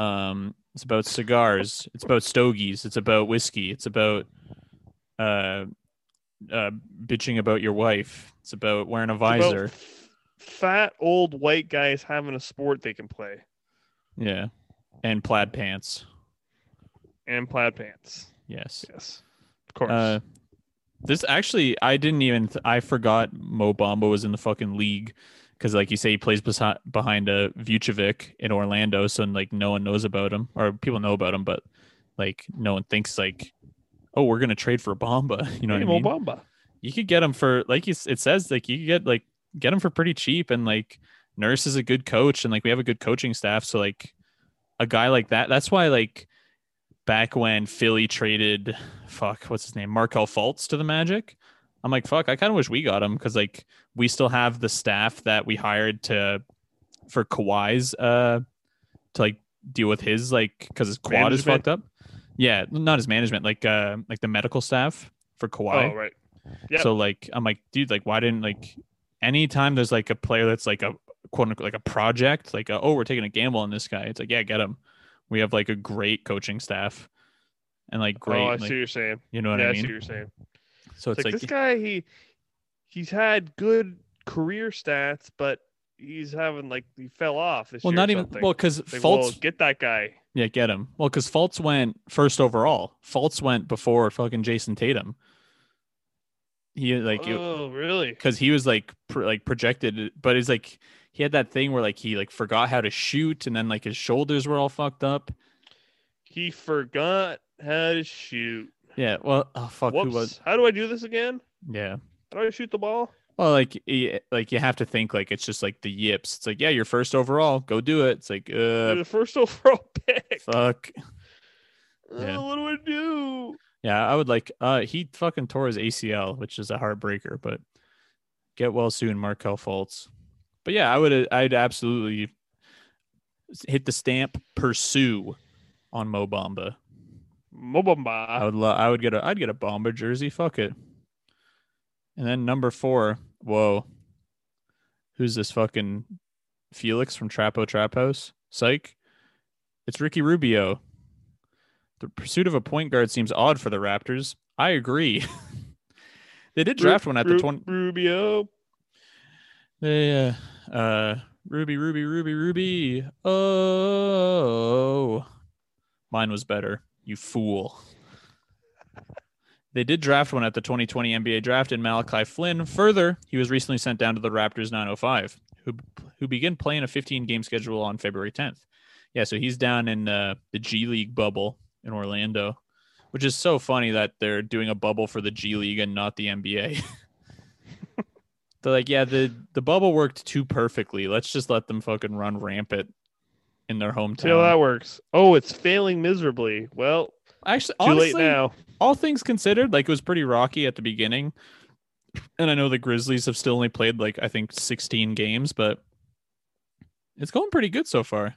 A: Um, it's about cigars. it's about stogies. It's about whiskey. It's about uh, uh, bitching about your wife. It's about wearing a
B: It's about
A: visor.
B: f- fat old white guys having a sport they can play
A: yeah, and plaid pants.
B: and plaid pants.
A: Yes.
B: Yes, of course.
A: Uh, this actually, I didn't even. Th- I forgot Mo Bamba was in the fucking league because, like you say, he plays besi- behind uh, Vucevic in Orlando, so like no one knows about him, or people know about him, but like no one thinks like, oh, we're gonna trade for Bamba. You know
B: Hey,
A: what I mean?
B: Mo Bamba.
A: You could get him for like you, s- it says like you could get like get him for pretty cheap, and like Nurse is a good coach, and like we have a good coaching staff, so like a guy like that. That's why like back when Philly traded fuck, what's his name? Markel Fultz to the Magic. I'm like, fuck, I kind of wish we got him because like we still have the staff that we hired to for Kawhi's uh to like deal with his like because his quad is
B: Management.
A: fucked up. Yeah, not his management, like uh like the medical staff for Kawhi.
B: Oh, right. Yep.
A: So like I'm like, dude, like why didn't like anytime there's like a player that's like a quote unquote like a project, like a, oh we're taking a gamble on this guy. It's like yeah, get him. We have like a great coaching staff and like great,
B: oh, I see
A: like,
B: what you're saying.
A: you know what
B: yeah,
A: I
B: I see what
A: mean.
B: you're saying.
A: So
B: It's
A: it's
B: like,
A: like,
B: this guy, he he's had good career stats, but he's having like he fell off this
A: well,
B: year. or
A: not even
B: something.
A: well because
B: It's like,
A: Fultz,
B: well, get that guy.
A: yeah, get him. Well, because Fultz went first overall. Fultz went before fucking Jason Tatum. He like it-
B: oh, really?
A: because he was like pr- like projected, but it's like he had that thing where like he like forgot how to shoot, and then like his shoulders were all fucked up.
B: He forgot how to shoot.
A: Yeah. Well, oh fuck,
B: Whoops.
A: who was?
B: How do I do this again?
A: Yeah.
B: How do I shoot the ball?
A: Well, like y- like you have to think like it's just like the yips. It's like yeah, you're first overall, go do it. It's like
B: You're
A: uh,
B: the first overall pick.
A: fuck. yeah.
B: Oh, what do I do?
A: Yeah, I would like. Uh, he fucking tore his ACL, which is a heartbreaker. But get well soon, Markel Fultz. But yeah, I would. uh, I'd absolutely hit the stamp pursue on Mo Bamba. I
B: Mobamba.
A: would love. I would get a. I'd get a bomber jersey. Fuck it. And then number four. Whoa. Who's this fucking Felix from Trapo Trap House? Psych. It's Ricky Rubio. The pursuit of a point guard seems odd for the Raptors. I agree. they did draft one at the
B: Ru-
A: twenty.
B: Rubio.
A: They uh, uh, Ruby, Ruby, Ruby, Ruby. Oh, mine was better. You fool. They did draft one at the 2020 NBA draft in Malachi Flynn. Further, he was recently sent down to the Raptors 905, who who begin playing a 15 game schedule on February 10th. Yeah, so he's down in uh, the G League bubble in Orlando, which is so funny that they're doing a bubble for the G League and not the NBA. they're like, yeah, the the bubble worked too perfectly. Let's just let them fucking run rampant in their
B: See how
A: hometown.
B: that works. Oh, it's failing miserably. Well,
A: Actually,
B: too
A: honestly,
B: late now.
A: all things considered, like it was pretty rocky at the beginning. And I know the Grizzlies have still only played like I think 16 games, but it's going pretty good so far.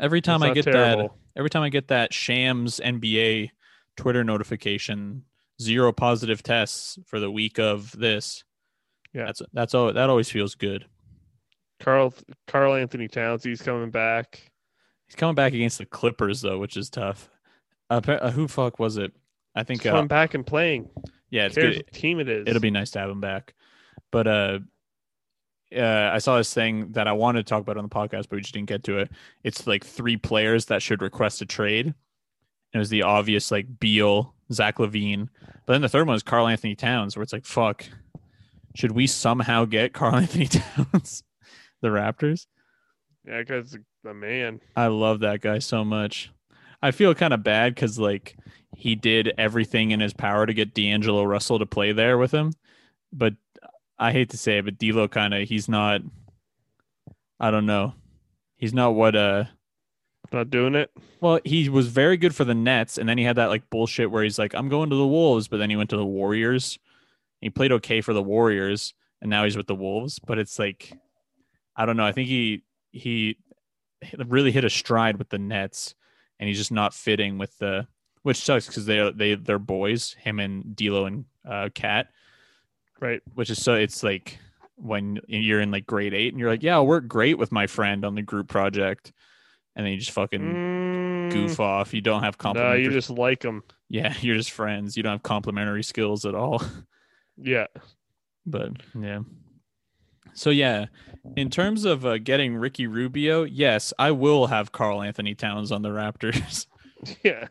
A: Every time
B: It's
A: I
B: not
A: get that,
B: terrible.
A: every time I get that Shams NBA Twitter notification, zero positive tests for the week of this.
B: Yeah.
A: That's that's all that always feels good.
B: Carl Carl Anthony Towns, he's coming back.
A: He's coming back against the Clippers though, which is tough. Uh, pa- uh, who fuck was it? I
B: He's
A: think uh,
B: coming back and playing.
A: yeah, it's
B: It's Cares
A: good.
B: what team it is.
A: it'll be nice to have him back. But uh, uh, I saw this thing that I wanted to talk about on the podcast, but we just didn't get to it. It's like three players that should request a trade. It was the obvious like Beal, Zach Levine, but then the third one is Carl Anthony Towns, where it's like, fuck, should we somehow get Carl Anthony Towns, the Raptors?
B: yeah, that guy's a- a man.
A: I love that guy so much. I feel kind of bad because like he did everything in his power to get D'Angelo Russell to play there with him, but I hate to say it, but D'Lo kind of he's not. I don't know. He's not what uh.
B: Not doing it.
A: Well, he was very good for the Nets, and then he had that like bullshit where he's like, "I'm going to the Wolves," but then he went to the Warriors. He played okay for the Warriors, and now he's with the Wolves. But it's like, I don't know. I think he he really hit a stride with the Nets, and he's just not fitting with the which sucks because they they they're boys, him and D'Lo and uh, Cat
B: Right.
A: which is so it's like when you're in like grade eight and you're like, yeah, I'll work great with my friend on the group project, and then you just fucking
B: Mm,
A: goof off. You don't have
B: No,
A: complimentary.
B: you just like him.
A: yeah, you're just friends. You don't have complimentary skills at all.
B: Yeah.
A: But yeah. So yeah, in terms of uh, getting Ricky Rubio, yes, I will have Carl Anthony Towns on the Raptors.
B: Yeah.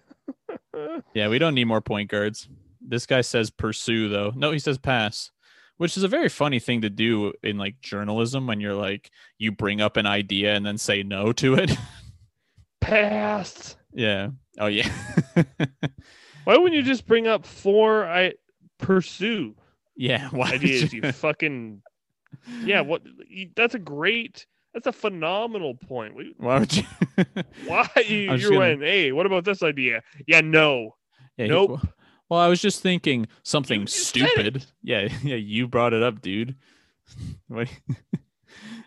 A: yeah, we don't need more point guards. This guy says pursue though. No, he says pass, which is a very funny thing to do in like journalism when you're like you bring up an idea and then say no to it.
B: Passed.
A: yeah. Oh yeah.
B: Why wouldn't you just bring up four I pursue
A: yeah. Why did
B: ideas?
A: you-
B: you fucking yeah. What? you- That's a great. That's a phenomenal point. We-
A: Why would you?
B: Why you,
A: I'm just
B: you
A: gonna-
B: went? Hey, what about this idea? Yeah, no.
A: Yeah, he-
B: Nope.
A: well, I was just thinking something
B: You- you said it.
A: stupid. Yeah, yeah, you brought it up, dude. What-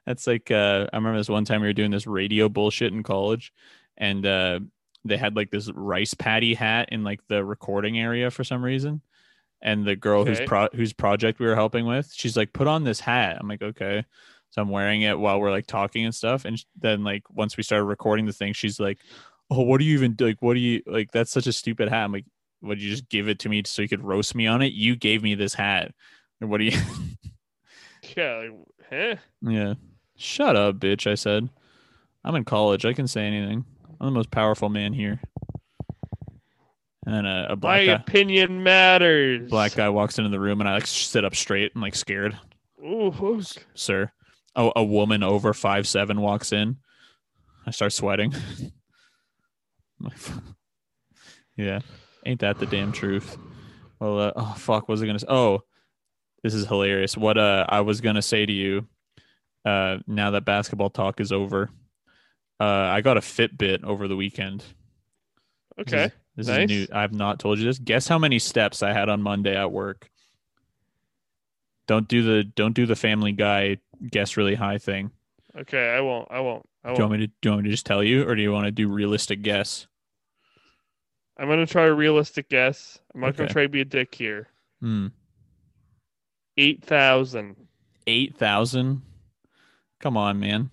A: That's like uh, I remember this one time we were doing this radio bullshit in college, and uh, they had like this rice patty hat in like the recording area for some reason. And the girl whose
B: Okay.
A: pro- whose project we were helping with, she's like, "Put on this hat." I'm like, "Okay." So I'm wearing it while we're like talking and stuff. And sh- then like once we started recording the thing, she's like, "Oh, what do you even like? What do you like? That's such a stupid hat." I'm like, "Would you just give it to me so you could roast me on it? You gave me this hat, and what do you?"
B: Yeah. Like, huh?
A: yeah, shut up, bitch. I said, "I'm in college. I can say anything. I'm the most powerful man here." And then a, a
B: My
A: black guy,
B: opinion matters.
A: black guy walks into the room, and I like sit up straight and like scared,
B: Ooh, who's-
A: sir. Oh, a woman over five seven walks in. I start sweating. yeah, ain't that the damn truth? Well, uh, oh fuck, what was I gonna? Say? Oh, this is hilarious. What uh, I was gonna say to you, uh, now that basketball talk is over, uh, I got a Fitbit over the weekend. This
B: okay.
A: is- this
B: nice.
A: is new. I've not told you this. Guess how many steps I had on Monday at work. Don't do the don't do the Family Guy guess really high thing.
B: Okay. I won't. I won't. I
A: Do
B: won't.
A: you want me to do you want me to just tell you, or do you want to do realistic guess?
B: I'm gonna try a realistic guess. I'm not gonna
A: Okay.
B: try to be a dick here.
A: Hmm.
B: Eight thousand.
A: Eight thousand. Come on, man.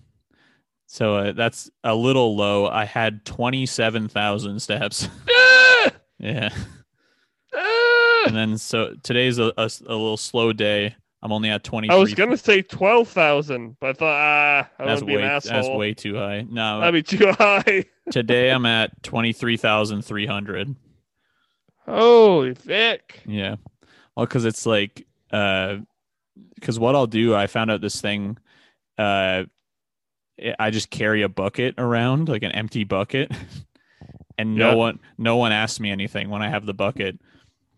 A: So uh, that's a little low. I had twenty seven thousand steps.
B: Ah!
A: yeah.
B: Ah!
A: And then so today's a, a, a little slow day. I'm only at twenty.
B: I was gonna say twelve thousand, but I thought ah, I
A: That's
B: would be
A: way
B: an
A: that's
B: asshole.
A: way too high. No,
B: That'd be too high.
A: Today I'm at 23,300.
B: Holy thick.
A: Yeah. Well, cuz it's like uh cuz what I'll do, I found out this thing uh I- I just carry a bucket around, like an empty bucket. and no
B: Yeah.
A: one no one asks me anything when I have the bucket.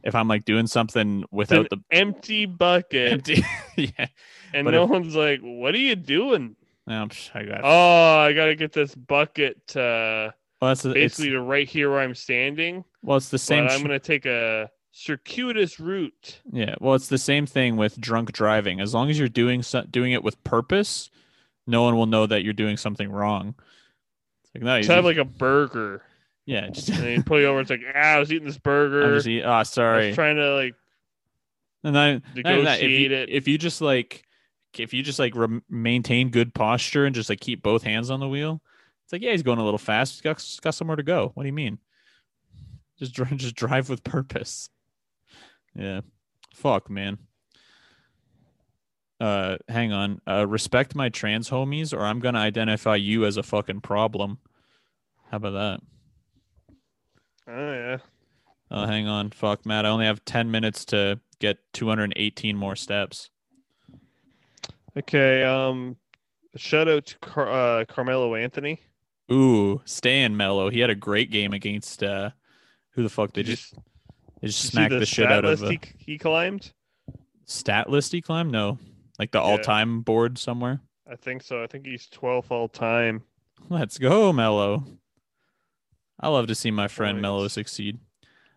A: If I'm like doing something
B: It's an
A: without the
B: empty bucket,
A: empty, yeah,
B: and
A: but
B: no
A: if-
B: one's like, "What are you doing?"
A: no, psh, I got. It.
B: Oh, I gotta get this bucket to
A: Well, that's the- it's,
B: basically to right here where I'm standing.
A: well, it's the same.
B: but
A: sh-
B: I'm gonna take a circuitous route.
A: Yeah, well, it's the same thing with drunk driving. As long as you're doing so- doing it with purpose, no one will know that you're doing something wrong. It's like no, you
B: So I have like a burger,
A: yeah, just
B: and then you pull you over. It's like, ah, I was eating this
A: I'm
B: burger.
A: just eat- ah,
B: I
A: sorry.
B: was trying to like
A: and then not even that, if you,
B: negotiate it.
A: if you just like if you just like rem maintain good posture and just like keep both hands on the wheel, it's like yeah, he's going a little fast. He's got he's got somewhere to go. What do you mean? Just dri- just drive with purpose. Yeah, fuck, man. Uh, hang on. Uh, respect my trans homies, or I'm gonna identify you as a fucking problem. How about that?
B: Oh yeah.
A: Oh, hang on. Fuck, Matt. I only have 10 minutes to get 218 more steps.
B: Okay. Um, shout out to Car- uh, Carmelo Anthony.
A: Ooh, Stan Mello. He had a great game against uh who the fuck did
B: Did you
A: you they just
B: s- did you see
A: smack the, shit
B: stat
A: out of
B: list
A: a
B: He, he climbed.
A: stat list he climbed? No. Like the
B: Yeah.
A: all-time board somewhere.
B: I think so. I think he's 12th all time.
A: Let's go, Mello. I love to see my friend
B: Nice.
A: Mello succeed.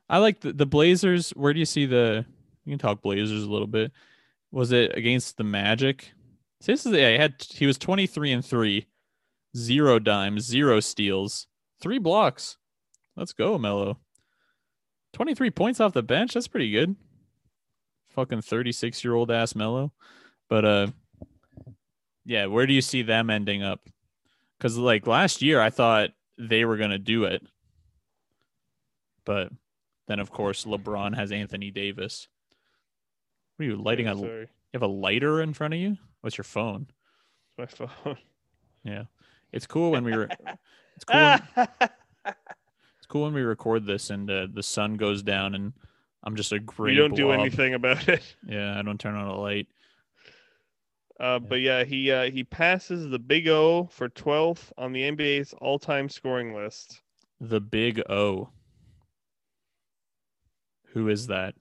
A: I like the, the Blazers. Where do you see the you can talk Blazers a little bit. Was it against the Magic? See, this is yeah, he had he was 23 and 3, zero dimes, zero steals, three blocks. Let's go, Mello. 23 points off the bench. That's pretty good. Fucking 36 year old ass Mello. But uh yeah, where do you see them ending up? Because like last year, I thought they were gonna do it, but then of course LeBron has Anthony Davis. What are you lighting
B: Yeah,
A: on? You
B: sorry.
A: have a lighter in front of you. What's your phone?
B: My phone.
A: It's cool when we re- it's cool. When, it's cool when we record this and uh, the sun goes down and I'm just a great.
B: we don't do anything about it.
A: Yeah, I don't turn on a light.
B: Uh, but yeah, he uh, he passes the Big O for 12th on the NBA's all-time scoring list.
A: The Big O. Who is that?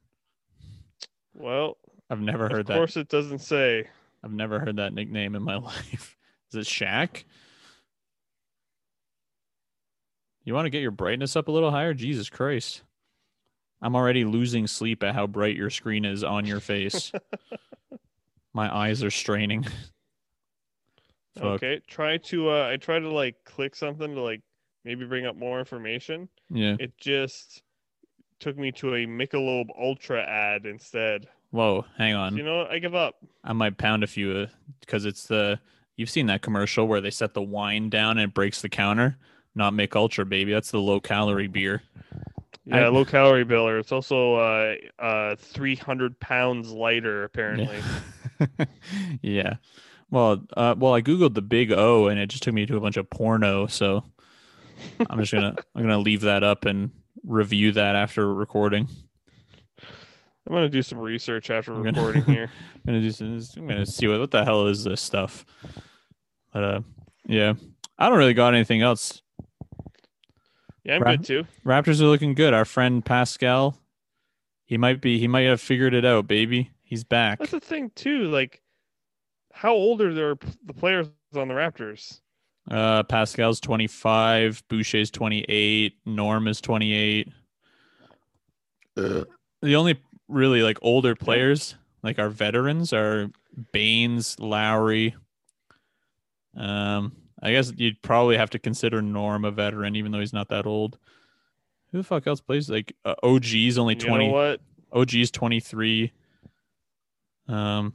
B: Well,
A: I've never
B: of
A: heard that.
B: course it doesn't say.
A: I've never heard that nickname in my life. Is it Shaq? You want to get your brightness up a little higher? Jesus Christ. I'm already losing sleep at how bright your screen is on your face. my eyes are straining. Fuck.
B: Okay, try to uh, I try to like click something to like maybe bring up more information.
A: Yeah.
B: It just took me to a Michelob Ultra ad instead.
A: Whoa, hang on.
B: You know, what? I give up.
A: I might pound a few because it's the you've seen that commercial where they set the wine down and it breaks the counter. Not Mick Ultra, baby. That's the low calorie beer. I-
B: Yeah, low calorie biller. It's also uh uh 300 pounds lighter apparently.
A: Yeah. yeah. Well, uh, well, I googled the Big O and it just took me to a bunch of porno. So I'm just gonna I'm gonna leave that up and review that after recording.
B: I'm gonna do some research after
A: I'm gonna-
B: recording here.
A: I'm gonna do some, I'm gonna see what what the hell is this stuff. But uh, yeah, I don't really got anything else.
B: Yeah, I'm
A: Right.
B: good too.
A: Raptors are looking good. Our friend Pascal, he might be he might have figured it out, baby. He's back.
B: That's the thing too. Like, how old are their, the players on the Raptors?
A: Uh, Pascal's 25, Boucher's 28, Norm is 28.
B: Uh.
A: The only really like older players, like our veterans, are Baines, Lowry. Um, I guess you'd probably have to consider Norm a veteran, even though he's not that old. Who the fuck else plays like uh, OG's only
B: you
A: 20?
B: know what?
A: OG's 23. Um,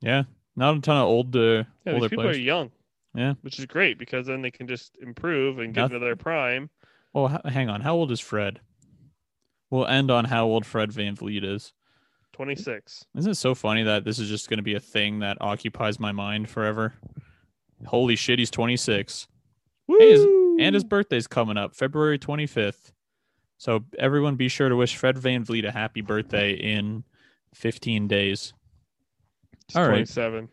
A: yeah, not a ton of old, uh,
B: Yeah, these
A: older
B: people
A: players.
B: are young.
A: Yeah.
B: Which is great because then they can just improve and get
A: Noth-
B: into their prime.
A: Well, Oh, h- hang on. How old is Fred? We'll end on how old Fred Van Vliet is.
B: 26.
A: Isn't it so funny that this is just going to be a thing that occupies my mind forever? Holy shit, he's 26. is- And his birthday's coming up, February 25th. So everyone be sure to wish Fred Van Vliet a happy birthday in 15 days
B: He's
A: all right.
B: 27.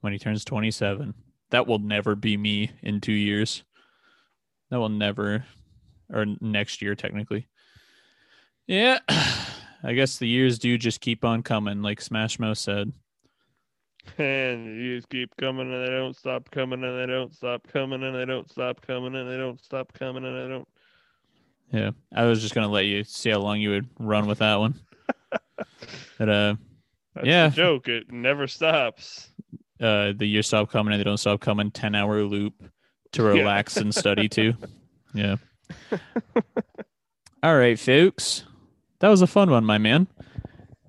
A: when he turns 27. That will never be me in two years. That will never, or next year technically. Yeah, I guess the years do just keep on coming, like Smash Mouth said.
B: And the years keep coming and they don't stop coming and they don't stop coming and they don't stop coming and they don't stop coming and they don't.
A: Yeah, I was just gonna let you see how long you would run with that one. but uh,
B: That's
A: Yeah.
B: the joke. It never stops.
A: uh, the years stop coming and they don't stop coming. Ten hour loop to
B: Yeah.
A: relax and study too. Yeah. All right, folks, that was a fun one, my man.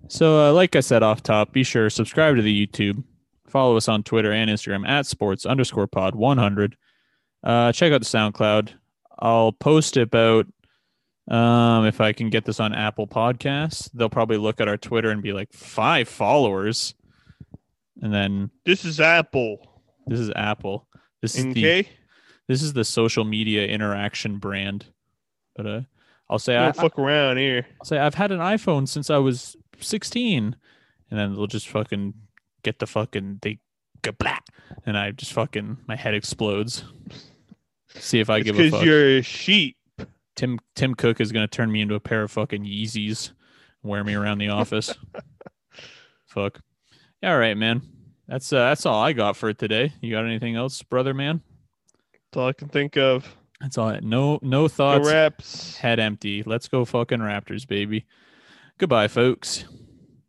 A: So, uh, like I said off top, be sure to subscribe to the YouTube, follow us on Twitter and Instagram at sports underscore pod one hundred. Uh, check out the SoundCloud. I'll post about um, if I can get this on Apple Podcasts. They'll probably look at our Twitter and be like five followers, and then
B: This is Apple.
A: this is Apple. This is the
B: Okay.
A: this is the social media interaction brand. But uh, I'll say I,
B: Don't fuck around here.
A: will say I've had an iPhone since I was 16, and then they'll just fucking get the fucking they go blah, and I just fucking my head explodes. See if I give a
B: Because
A: fuck.
B: you're a sheep.
A: Tim Tim Cook is gonna turn me into a pair of fucking Yeezys, and wear me around the office. fuck. All right, man. That's uh, that's all I got for today. You got anything else, brother man?
B: That's all I can think of.
A: That's all. I- No, no
B: The
A: thoughts.
B: raps.
A: Head empty. Let's go, fucking Raptors, baby. Goodbye, folks.